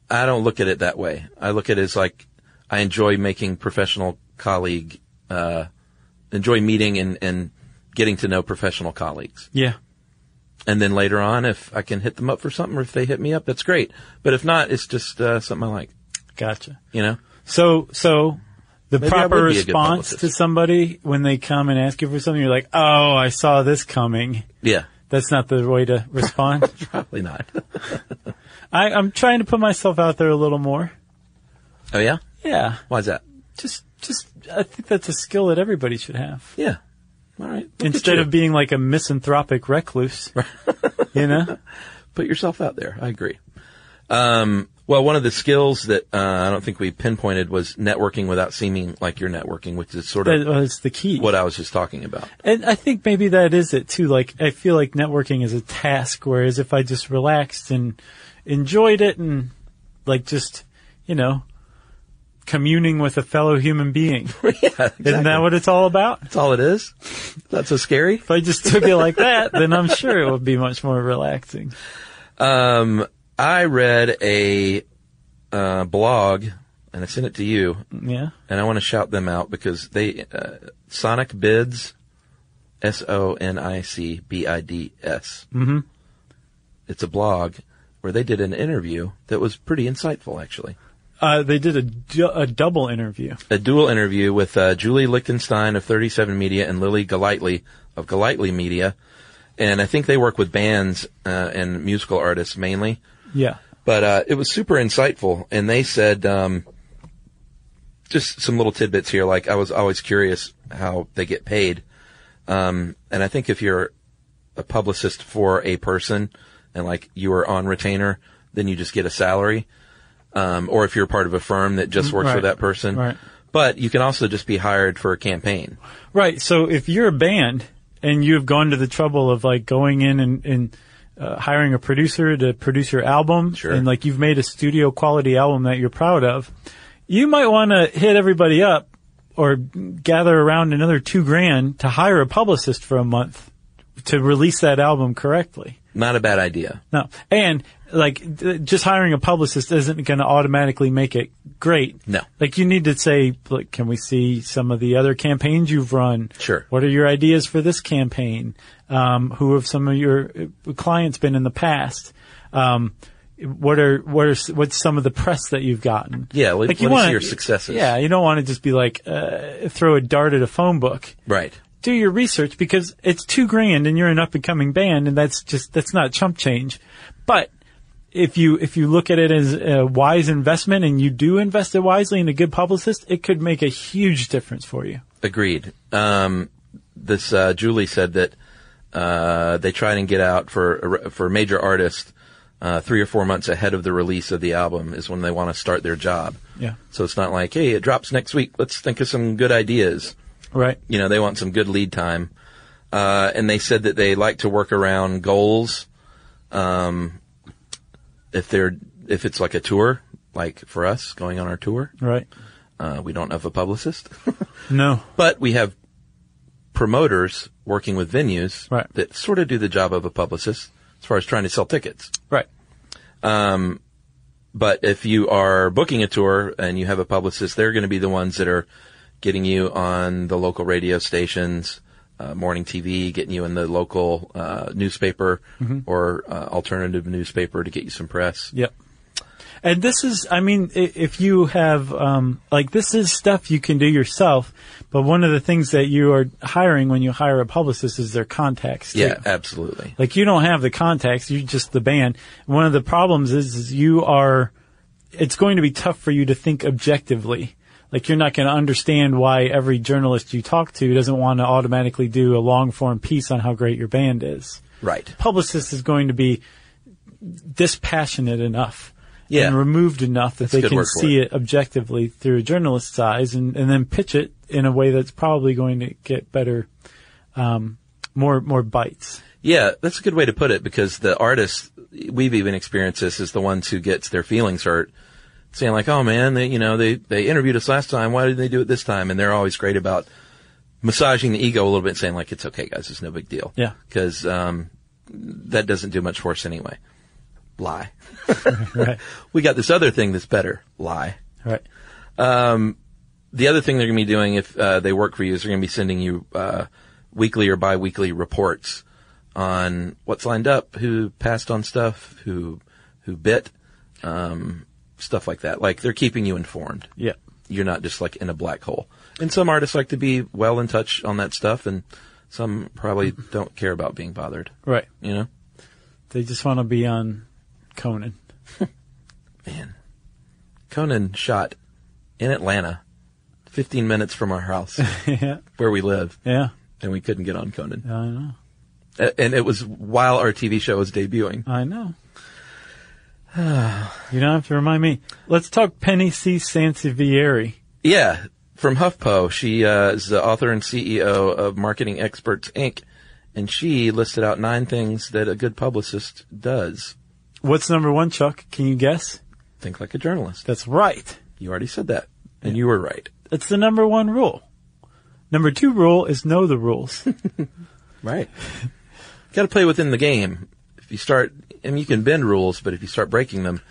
Speaker 4: I don't look at it that way. I look at it as like I enjoy making professional colleague, uh, enjoy meeting and, and getting to know professional colleagues.
Speaker 3: Yeah.
Speaker 4: And then later on, if I can hit them up for something or if they hit me up, that's great. But if not, it's just uh, something I like,
Speaker 3: Gotcha.
Speaker 4: you know?
Speaker 3: So, so the
Speaker 4: Maybe I
Speaker 3: proper
Speaker 4: would be a good
Speaker 3: response
Speaker 4: publicist.
Speaker 3: to somebody when they come and ask you for something, you're like, "Oh, I saw this coming."
Speaker 4: Yeah,
Speaker 3: That's not the way to respond.
Speaker 4: probably not.
Speaker 3: I, I'm trying to put myself out there a little more.
Speaker 4: oh yeah?
Speaker 3: Yeah.
Speaker 4: Why's that?
Speaker 3: Just, just, I think that's a skill that everybody should have.
Speaker 4: Yeah. All right. Look at
Speaker 3: Instead
Speaker 4: you.
Speaker 3: of being like a misanthropic recluse, you know?
Speaker 4: put yourself out there. I agree. Um, well, one of the skills that uh, I don't think we pinpointed was networking without seeming like you're networking, which is sort
Speaker 3: That
Speaker 4: of
Speaker 3: was the key.
Speaker 4: what I was just talking about.
Speaker 3: And I think maybe that is it too. Like, I feel like networking is a task, whereas if I just relaxed and enjoyed it and like just, you know, communing with a fellow human being,
Speaker 4: yeah, exactly.
Speaker 3: isn't that what it's all about?
Speaker 4: That's all it is. That's so scary.
Speaker 3: If I just took it like that, then I'm sure it would be much more relaxing.
Speaker 4: Um, I read a uh, blog, and I sent it to you,
Speaker 3: Yeah.
Speaker 4: and I want to shout them out because they uh, Sonic Bids, S O N I C B I D S. Mm-hmm. It's a blog where they did an interview that was pretty insightful, actually.
Speaker 3: Uh, they did a, du- a double interview.
Speaker 4: A dual interview with uh, Julie Lichtenstein of 37 Media and Lily Golightly of Golightly Media, and I think they work with bands uh, and musical artists mainly.
Speaker 3: Yeah.
Speaker 4: But uh, it was super insightful, and they said um, just some little tidbits here. Like I was always curious how they get paid, Um, and I think if you're a publicist for a person and like you are on retainer, then you just get a salary. Um, or if you're part of a firm that just works for
Speaker 3: right.
Speaker 4: that person.
Speaker 3: Right.
Speaker 4: But you can also just be hired for a campaign.
Speaker 3: Right. So if you're a band and you've gone to the trouble of like going in and, and uh, hiring a producer to produce your album,
Speaker 4: Sure.
Speaker 3: and like you've made a studio quality album that you're proud of, you might want to hit everybody up or gather around another two grand to hire a publicist for a month to release that album correctly.
Speaker 4: Not a bad idea.
Speaker 3: No. And like th- just hiring a publicist isn't going to automatically make it great.
Speaker 4: No.
Speaker 3: Like you need to say, like, can we see some of the other campaigns you've run?
Speaker 4: Sure.
Speaker 3: What are your ideas for this campaign? Um, who have some of your uh, clients been in the past? Um, what are what are s- what's some of the press that you've gotten?
Speaker 4: Yeah, let-
Speaker 3: like you
Speaker 4: let us see
Speaker 3: wanna-
Speaker 4: your successes.
Speaker 3: Yeah, you don't want to just be like uh, throw a dart at a phone book
Speaker 4: Right.
Speaker 3: do your research because it's two grand and you're an up and coming band and that's just that's not chump change. But if you if you look at it as a wise investment and you do invest it wisely in a good publicist, it could make a huge difference for you.
Speaker 4: Agreed. Um, this uh, Julie said that uh, they tried and get out for for major artists uh, three or four months ahead of the release of the album is when they want to start their job.
Speaker 3: Yeah.
Speaker 4: So it's not like, hey, it drops next week. Let's think of some good ideas.
Speaker 3: Right.
Speaker 4: You know, they want some good lead time. Uh, and they said that they like to work around goals. Um, if they're if it's like a tour, like for us going on our tour,
Speaker 3: Right.
Speaker 4: uh, we don't have a publicist.
Speaker 3: No.
Speaker 4: But we have promoters working with venues
Speaker 3: Right.
Speaker 4: that sort of do the job of a publicist as far as trying to sell tickets. Um,
Speaker 3: Right.
Speaker 4: But if you are booking a tour and you have a publicist, they're going to be the ones that are getting you on the local radio stations, uh, morning TV, getting you in the local uh, newspaper or uh, alternative newspaper to get you some press.
Speaker 3: Yep. And this is, I mean, i- if you have, um, like, this is stuff you can do yourself, but one of the things that you are hiring when you hire a publicist is their contacts. too.
Speaker 4: Yeah, absolutely.
Speaker 3: Like you don't have the contacts, you're just the band. One of the problems is, is you are, it's going to be tough for you to think objectively. Like you're not going to understand why every journalist you talk to doesn't want to automatically do a long form piece on how great your band is.
Speaker 4: Right.
Speaker 3: Publicist is going to be dispassionate enough.
Speaker 4: Yeah.
Speaker 3: And removed enough that
Speaker 4: That's a
Speaker 3: they
Speaker 4: good
Speaker 3: can
Speaker 4: word for
Speaker 3: see
Speaker 4: it.
Speaker 3: it objectively through a journalist's eyes and, and then pitch it in a way that's probably going to get better, um, more, more bites.
Speaker 4: Yeah, that's a good way to put it because the artists, we've even experienced this, is the ones who gets their feelings hurt, saying like, "Oh man, they, you know, they they interviewed us last time. Why did they do it this time?" And they're always great about massaging the ego a little bit, saying like, "It's okay, guys. It's no big deal."
Speaker 3: Yeah.
Speaker 4: because um, that doesn't do much for us anyway. Lie.
Speaker 3: Right.
Speaker 4: We got this other thing that's better. Lie.
Speaker 3: Right.
Speaker 4: The other thing they're going to be doing if uh, they work for you is they're going to be sending you uh, weekly or bi-weekly reports on what's lined up, who passed on stuff, who who bit, um, stuff like that. Like they're keeping you informed.
Speaker 3: Yeah.
Speaker 4: You're not just like in a black hole. And some artists like to be well in touch on that stuff, and some probably don't care about being bothered.
Speaker 3: Right.
Speaker 4: You know,
Speaker 3: They just want to be on Conan.
Speaker 4: man, Conan shot in Atlanta, 15 minutes from our house
Speaker 3: yeah.
Speaker 4: where we live,
Speaker 3: Yeah.
Speaker 4: and we couldn't get on Conan.
Speaker 3: I know.
Speaker 4: A- and it was while our TV show was debuting.
Speaker 3: I know. you don't have to remind me. Let's talk Penny C. Sansevieri.
Speaker 4: Yeah, from HuffPo. She uh, is the author and CEO of Marketing Experts Inc. And she listed out nine things that a good publicist does.
Speaker 3: What's number one, Chuck? Can you guess?
Speaker 4: Think like a journalist.
Speaker 3: That's right.
Speaker 4: You already said that, and you were right.
Speaker 3: That's the number one rule. Number two rule is know the rules.
Speaker 4: Right. Got to play within the game. If you start, and you can bend rules, but if you start breaking them,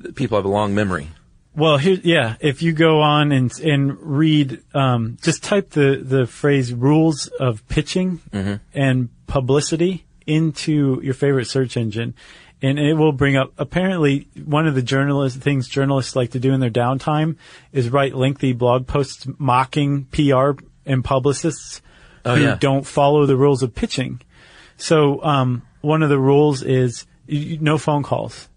Speaker 4: th- people have a long memory.
Speaker 3: Well, here, yeah. If you go on and and read, um, just type the the phrase "rules of pitching
Speaker 4: Mm-hmm.
Speaker 3: and publicity" into your favorite search engine, and it will bring up. Apparently, one of the journalist things journalists like to do in their downtime is write lengthy blog posts mocking PR and publicists
Speaker 4: Oh,
Speaker 3: who
Speaker 4: yeah.
Speaker 3: don't follow the rules of pitching. So, um, one of the rules is you, you, no phone calls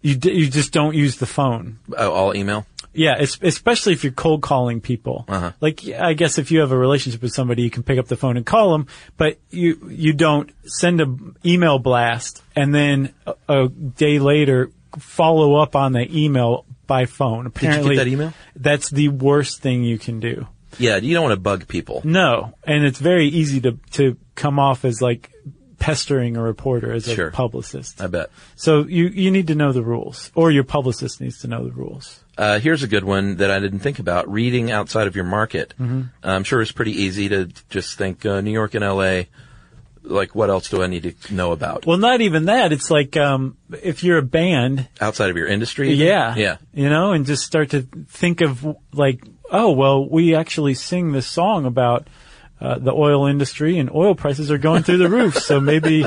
Speaker 3: You d- you just don't use the phone.
Speaker 4: Oh, all email.
Speaker 3: Yeah, it's, especially if you're cold calling people.
Speaker 4: Uh-huh.
Speaker 3: Like, yeah, I guess if you have a relationship with somebody, you can pick up the phone and call them, but you you don't send an email blast and then a, a day later follow up on that email by phone.
Speaker 4: you get
Speaker 3: Apparently,
Speaker 4: that email?
Speaker 3: That's the worst thing you can do.
Speaker 4: Yeah, you don't want to bug people.
Speaker 3: No, and it's very easy to to come off as like pestering a reporter as a
Speaker 4: Sure.
Speaker 3: publicist.
Speaker 4: I bet.
Speaker 3: So you you need to know the rules, or your publicist needs to know the rules.
Speaker 4: Uh, here's a good one that I didn't think about. Reading outside of your market.
Speaker 3: Mm-hmm.
Speaker 4: I'm sure it's pretty easy to just think uh, New York and L.A. Like, what else do I need to know about
Speaker 3: Well, not even that. It's like um, if you're a band,
Speaker 4: outside of your industry?
Speaker 3: yeah,
Speaker 4: Mm-hmm. yeah.
Speaker 3: you know, and just start to think of like, oh, well, we actually sing this song about uh, the oil industry, and oil prices are going through the roof. So maybe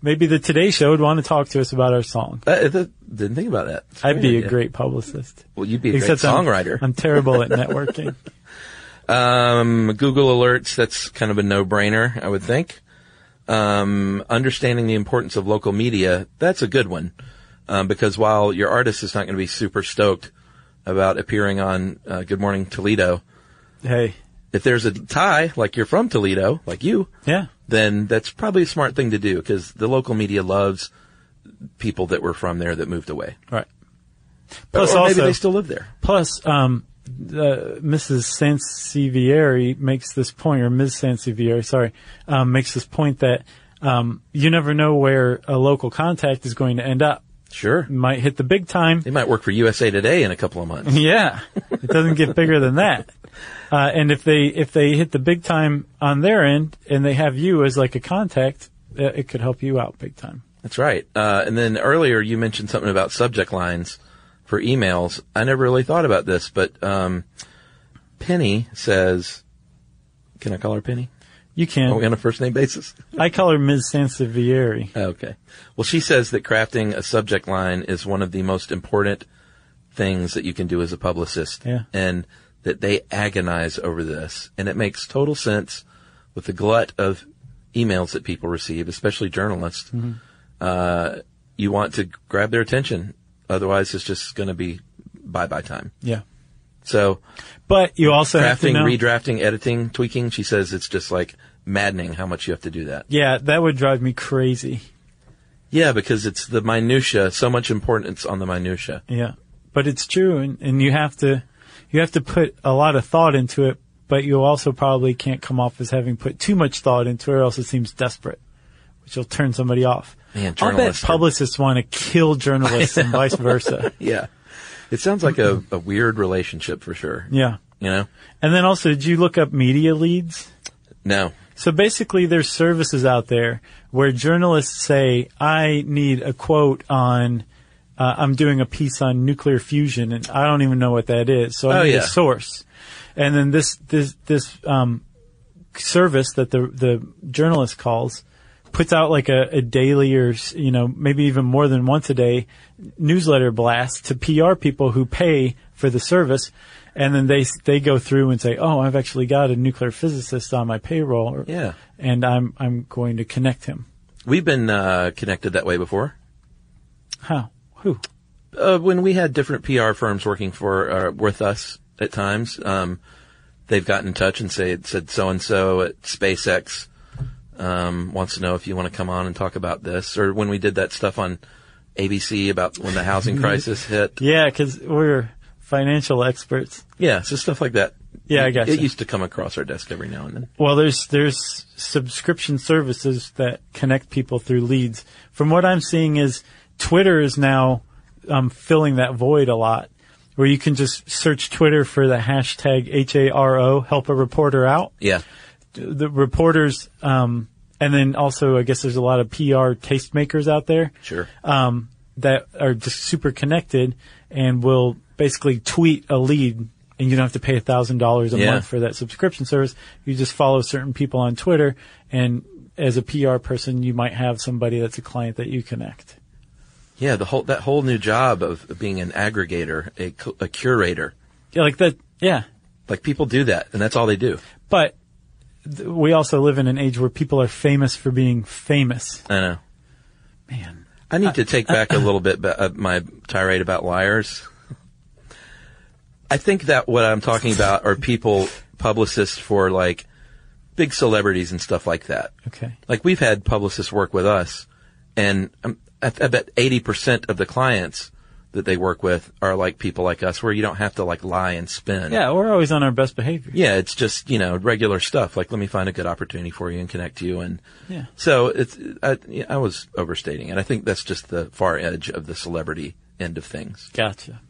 Speaker 3: maybe the Today Show would want to talk to us about our song.
Speaker 4: That, that- Uh, didn't think about that. It's
Speaker 3: I'd be a
Speaker 4: idea.
Speaker 3: great publicist.
Speaker 4: Well, you'd be a great songwriter.
Speaker 3: I'm, I'm terrible at networking.
Speaker 4: Um, Google Alerts, that's kind of a no-brainer, I would think. Um, understanding the importance of local media, that's a good one. Um, because while your artist is not going to be super stoked about appearing on uh, Good Morning Toledo,
Speaker 3: hey,
Speaker 4: if there's a tie, like you're from Toledo, like you,
Speaker 3: yeah,
Speaker 4: then that's probably a smart thing to do because the local media loves people that were from there that moved away.
Speaker 3: right. Plus,
Speaker 4: or maybe
Speaker 3: also,
Speaker 4: they still live there.
Speaker 3: plus, um, the, Mrs. Sansevieri makes this point, or Ms. Sansevieri, sorry, um, makes this point that um, you never know where a local contact is going to end up.
Speaker 4: Sure.
Speaker 3: Might hit the big time.
Speaker 4: They might work for USA Today in a couple of months.
Speaker 3: Yeah, it doesn't get bigger than that. Uh, and if they if they hit the big time on their end and they have you as like a contact, uh, it could help you out big time.
Speaker 4: That's right. Uh, and then earlier you mentioned something about subject lines for emails. I never really thought about this, but um, Penny says, "Can I call her Penny?
Speaker 3: You can.
Speaker 4: Are we on a first name basis?"
Speaker 3: I call her Ms. Sansevieri.
Speaker 4: Okay. Well, she says that crafting a subject line is one of the most important things that you can do as a publicist.
Speaker 3: Yeah.
Speaker 4: And that they agonize over this. And it makes total sense with the glut of emails that people receive, especially journalists.
Speaker 3: Mm-hmm.
Speaker 4: Uh, you want to grab their attention. Otherwise, it's just going to be bye bye time.
Speaker 3: Yeah.
Speaker 4: So
Speaker 3: But you also have to
Speaker 4: drafting,
Speaker 3: know.
Speaker 4: redrafting, editing, tweaking, she says it's just like maddening how much you have to do that.
Speaker 3: yeah, that would drive me crazy.
Speaker 4: Yeah, because it's the minutia, so much importance on the minutia.
Speaker 3: Yeah. But it's true, and, and you have to you have to put a lot of thought into it. But you also probably can't come off as having put too much thought into it, or else it seems desperate, which will turn somebody off.
Speaker 4: Man,
Speaker 3: I'll bet
Speaker 4: journalists are-
Speaker 3: publicists want to kill journalists and vice versa.
Speaker 4: Yeah. It sounds like a, a weird relationship for sure.
Speaker 3: Yeah.
Speaker 4: You know?
Speaker 3: And then also, did you look up media leads?
Speaker 4: No.
Speaker 3: So basically, there's services out there where journalists say, "I need a quote on, uh, I'm doing a piece on nuclear fusion, and I don't even know what that is, so I
Speaker 4: Oh,
Speaker 3: need
Speaker 4: yeah.
Speaker 3: a source." And then this this this um, service that the the journalist calls puts out like a, a daily or s- you know maybe even more than once a day newsletter blast to PR people who pay for the service, and then they s- they go through and say, "Oh, I've actually got a nuclear physicist on my payroll, or-
Speaker 4: Yeah.
Speaker 3: and I'm I'm going to connect him."
Speaker 4: We've been uh, connected that way before.
Speaker 3: How? Who?
Speaker 4: Uh, when we had different PR firms working for uh, with us at times, um, they've gotten in touch and say said so and so at SpaceX um, wants to know if you want to come on and talk about this. Or when we did that stuff on ABC about when the housing crisis hit.
Speaker 3: Yeah, because we're financial experts.
Speaker 4: Yeah, so stuff like that.
Speaker 3: Yeah, I
Speaker 4: It-
Speaker 3: gotcha.
Speaker 4: It used to come across our desk every now and then.
Speaker 3: Well, there's there's subscription services that connect people through leads. From what I'm seeing, is Twitter is now um, filling that void a lot, where you can just search Twitter for the hashtag H A R O help a reporter out.
Speaker 4: Yeah.
Speaker 3: The reporters, um, and then also I guess there's a lot of PR tastemakers out there
Speaker 4: Sure.
Speaker 3: um, that are just super connected and will basically tweet a lead and you don't have to pay $1,000 a
Speaker 4: Yeah.
Speaker 3: month for that subscription service. You just follow certain people on Twitter and as a PR person, you might have somebody that's a client that you connect.
Speaker 4: Yeah, the whole that whole new job of being an aggregator, a, cu- a curator.
Speaker 3: Yeah, like that. Yeah.
Speaker 4: Like people do that, and that's all they do.
Speaker 3: But th- we also live in an age where people are famous for being famous.
Speaker 4: I know.
Speaker 3: Man. Uh,
Speaker 4: I need to take back a little bit ba- uh, my tirade about liars. I think that what I'm talking about are people, publicists for like big celebrities and stuff like that.
Speaker 3: Okay.
Speaker 4: Like we've had publicists work with us, and um, I, I bet 80% of the clients that they work with are like people like us where you don't have to like lie and spin.
Speaker 3: Yeah, we're always on our best behavior.
Speaker 4: Yeah, it's just, you know, regular stuff. Like, let me find a good opportunity for you and connect you. And
Speaker 3: Yeah.
Speaker 4: so it's, I, yeah, I was overstating it. I think that's just the far edge of the celebrity end of things.
Speaker 3: Gotcha.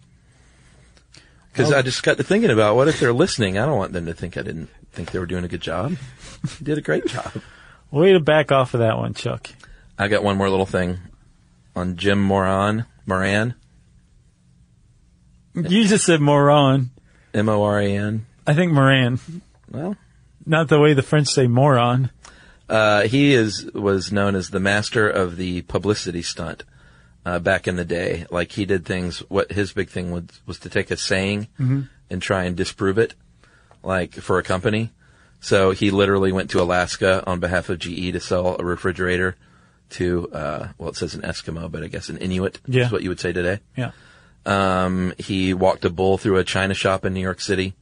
Speaker 4: Cause I just got to thinking about what if they're listening? I don't want them to think I didn't think they were doing a good job. you did a great job.
Speaker 3: Way to back off of that one, Chuck.
Speaker 4: I got one more little thing on Jim Moran, Moran,
Speaker 3: You just said moron.
Speaker 4: M-O-R-A-N.
Speaker 3: I think Moran.
Speaker 4: Well,
Speaker 3: Not the way the French say moron.
Speaker 4: Uh, he is was known as the master of the publicity stunt uh, back in the day. Like he did things. What his big thing was was to take a saying and try and disprove it, like for a company. So he literally went to Alaska on behalf of GE to sell a refrigerator to uh, well, it says an Eskimo, but I guess an Inuit
Speaker 3: Yeah.
Speaker 4: is what you would say today.
Speaker 3: Yeah.
Speaker 4: Um, he walked a bull through a china shop in New York City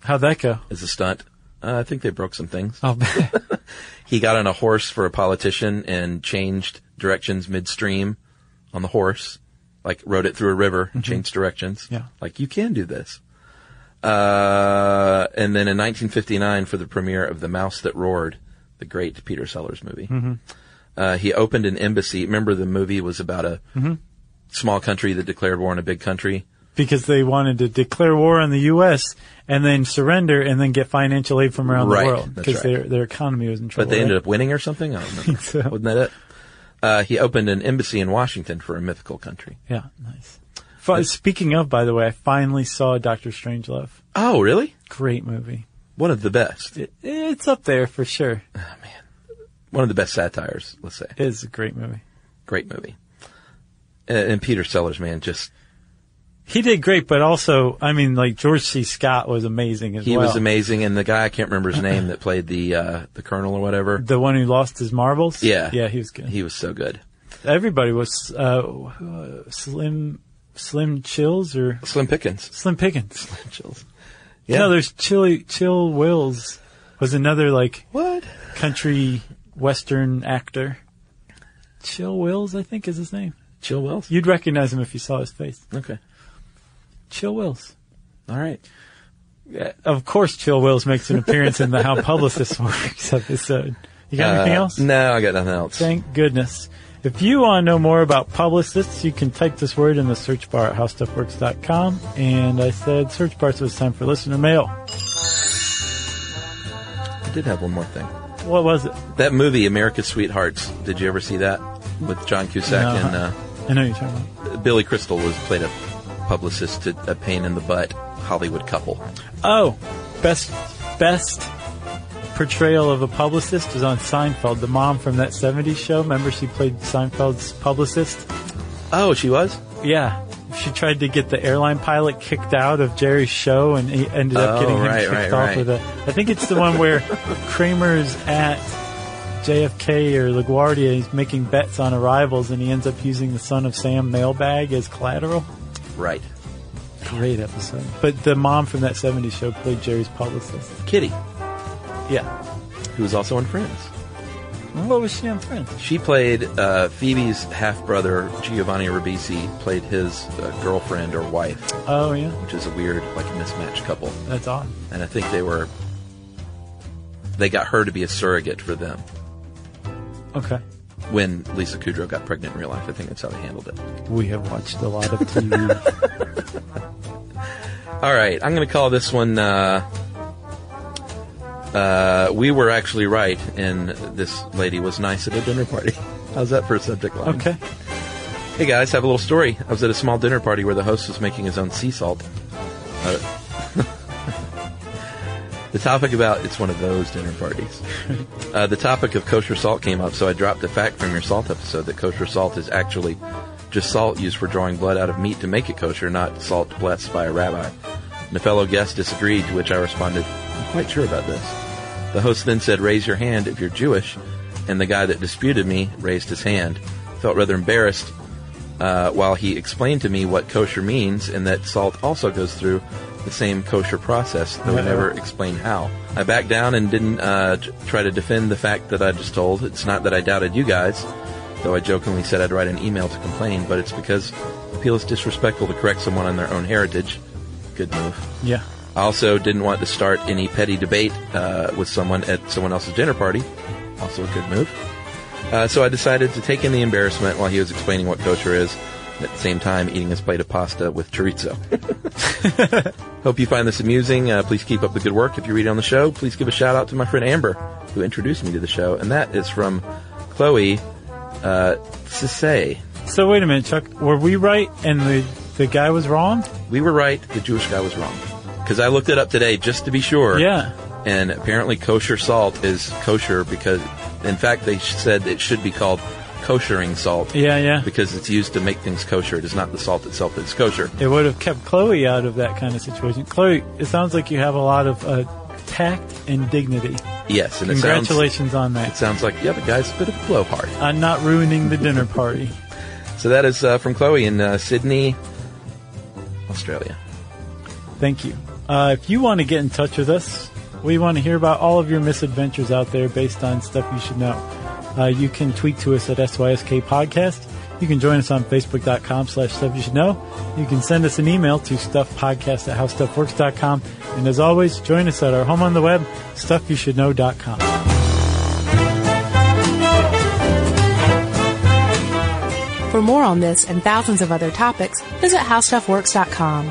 Speaker 3: How'd that go?
Speaker 4: as a stunt. Uh, I think they broke some things
Speaker 3: I'll bet.
Speaker 4: he got on a horse for a politician and changed directions midstream on the horse, like rode it through a river and changed directions.
Speaker 3: Yeah.
Speaker 4: Like you can do this. Uh, and then in 1959 for the premiere of The Mouse That Roared, the great Peter Sellers movie, uh, he opened an embassy. Remember the movie was about a small country that declared war on a big country?
Speaker 3: because they wanted to declare war on the U.S. and then surrender and then get financial aid from around
Speaker 4: Right,
Speaker 3: the world
Speaker 4: that's
Speaker 3: because
Speaker 4: right.
Speaker 3: their their economy was in trouble.
Speaker 4: But they ended
Speaker 3: right?
Speaker 4: up winning or something? I don't remember.
Speaker 3: so.
Speaker 4: Wasn't that it? Uh, he opened an embassy in Washington for a mythical country.
Speaker 3: yeah, nice. Fi- Speaking of, by the way, I finally saw Doctor Strangelove.
Speaker 4: Oh, really?
Speaker 3: Great movie.
Speaker 4: one of the best.
Speaker 3: It, it's up there for sure.
Speaker 4: One of the best satires, let's say.
Speaker 3: It's a great movie.
Speaker 4: Great movie. And, and Peter Sellers, man, just
Speaker 3: He did great, but also, I mean, like George C. Scott was amazing as
Speaker 4: he
Speaker 3: well.
Speaker 4: was amazing. And the guy I can't remember his name that played the uh, the colonel or whatever.
Speaker 3: The one who lost his marbles.
Speaker 4: Yeah,
Speaker 3: yeah, he was good.
Speaker 4: He was so good.
Speaker 3: Everybody was uh, uh, Slim Slim Chills or
Speaker 4: Slim Pickens.
Speaker 3: Slim Pickens.
Speaker 4: Chills.
Speaker 3: Yeah.
Speaker 4: Yeah.
Speaker 3: No, there's Chili Chill Wills was another like
Speaker 4: What?
Speaker 3: country western actor. Chill Wills, I think, is his name.
Speaker 4: Chill Wells.
Speaker 3: You'd recognize him if you saw his face.
Speaker 4: Okay.
Speaker 3: Chill Wills.
Speaker 4: All right.
Speaker 3: Yeah, Of course, Chill Wills makes an appearance in the How Publicists Works episode. You got anything
Speaker 4: Uh,
Speaker 3: else?
Speaker 4: No, I got nothing else.
Speaker 3: Thank goodness. If you want to know more about publicists, you can type this word in the search bar at howstuffworks.com. And I said search bar, so it's time for listener mail.
Speaker 4: I did have one more thing.
Speaker 3: What was it?
Speaker 4: That movie, America's Sweethearts. Did you ever see that with John Cusack
Speaker 3: No.
Speaker 4: and? Uh,
Speaker 3: I know you're talking about.
Speaker 4: Billy Crystal was played a publicist to a pain in the butt Hollywood couple.
Speaker 3: Oh, best best portrayal of a publicist was on Seinfeld. The mom from that '70s show, remember she played Seinfeld's publicist.
Speaker 4: Oh, she was?
Speaker 3: Yeah, she tried to get the airline pilot kicked out of Jerry's show, and he ended up
Speaker 4: Oh,
Speaker 3: getting him
Speaker 4: right,
Speaker 3: kicked
Speaker 4: right,
Speaker 3: off
Speaker 4: right.
Speaker 3: with a. I think it's the one where Kramer's at. JFK or LaGuardia, he's making bets on arrivals, and he ends up using the Son of Sam mailbag as collateral.
Speaker 4: Right.
Speaker 3: Great episode. But the mom from that 70s show played Jerry's publicist.
Speaker 4: Kitty,
Speaker 3: Yeah.
Speaker 4: who was also in Friends.
Speaker 3: What was she on Friends?
Speaker 4: She played uh, Phoebe's half brother Giovanni Ribisi played his uh, girlfriend or wife,
Speaker 3: Oh yeah,
Speaker 4: which is a weird like mismatched couple.
Speaker 3: that's odd.
Speaker 4: And I think they were they got her to be a surrogate for them
Speaker 3: Okay.
Speaker 4: when Lisa Kudrow got pregnant in real life. I think that's how they handled it.
Speaker 3: We have watched a lot of TV.
Speaker 4: All right, I'm going to call this one. Uh, uh, we were actually right, and this lady was nice at a dinner party. How's that for a subject line?
Speaker 3: okay.
Speaker 4: Hey guys, have a little story. I was at a small dinner party where the host was making his own sea salt. Uh, the topic about it's one of those dinner parties. Uh, the topic of kosher salt came up, so I dropped a fact from your salt episode that kosher salt is actually just salt used for drawing blood out of meat to make it kosher, not salt blessed by a rabbi. And a fellow guest disagreed, to which I responded, "I'm quite sure about this." The host then said, "Raise your hand if you're Jewish," and the guy that disputed me raised his hand. felt rather embarrassed uh, while he explained to me what kosher means and that salt also goes through the same kosher process, though he never explained how. I backed down and didn't uh, t- try to defend the fact that I just told. It's not that I doubted you guys, though I jokingly said I'd write an email to complain, but it's because I feel it's disrespectful to correct someone on their own heritage. Good move.
Speaker 3: Yeah.
Speaker 4: I also didn't want to start any petty debate uh, with someone at someone else's dinner party. Also a good move. Uh, so I decided to take in the embarrassment while he was explaining what kosher is, and at the same time eating his plate of pasta with chorizo. Hope you find this amusing. Uh, please keep up the good work. If you read it on the show, please give a shout out to my friend Amber, who introduced me to the show, and that is from Chloe uh, Sisse.
Speaker 3: So wait a minute, Chuck. Were we right and the the guy was wrong?
Speaker 4: We were right. The Jewish guy was wrong. Because I looked it up today just to be sure.
Speaker 3: Yeah.
Speaker 4: And apparently, kosher salt is kosher because, in fact, they sh- said it should be called koshering salt.
Speaker 3: Yeah, yeah.
Speaker 4: Because it's used to make things kosher. It is not the salt itself that's kosher.
Speaker 3: It would have kept Chloe out of that kind of situation. Chloe, it sounds like you have a lot of uh, tact and dignity.
Speaker 4: Yes, and it sounds.
Speaker 3: Congratulations on
Speaker 4: It
Speaker 3: that.
Speaker 4: sounds like yeah, the guy's a bit of a blowhard.
Speaker 3: On not ruining the dinner party.
Speaker 4: So that is uh, from Chloe in uh, Sydney, Australia.
Speaker 3: Thank you. Uh, if you want to get in touch with us, we want to hear about all of your misadventures out there based on stuff you should know. Uh, you can tweet to us at SYSK Podcast. You can join us on Facebook.com slash Stuff You Should Know. You can send us an email to stuffpodcast at howstuffworks.com. And as always, join us at our home on the web, stuffyoushouldknow.com.
Speaker 2: For more on this and thousands of other topics, visit howstuffworks.com.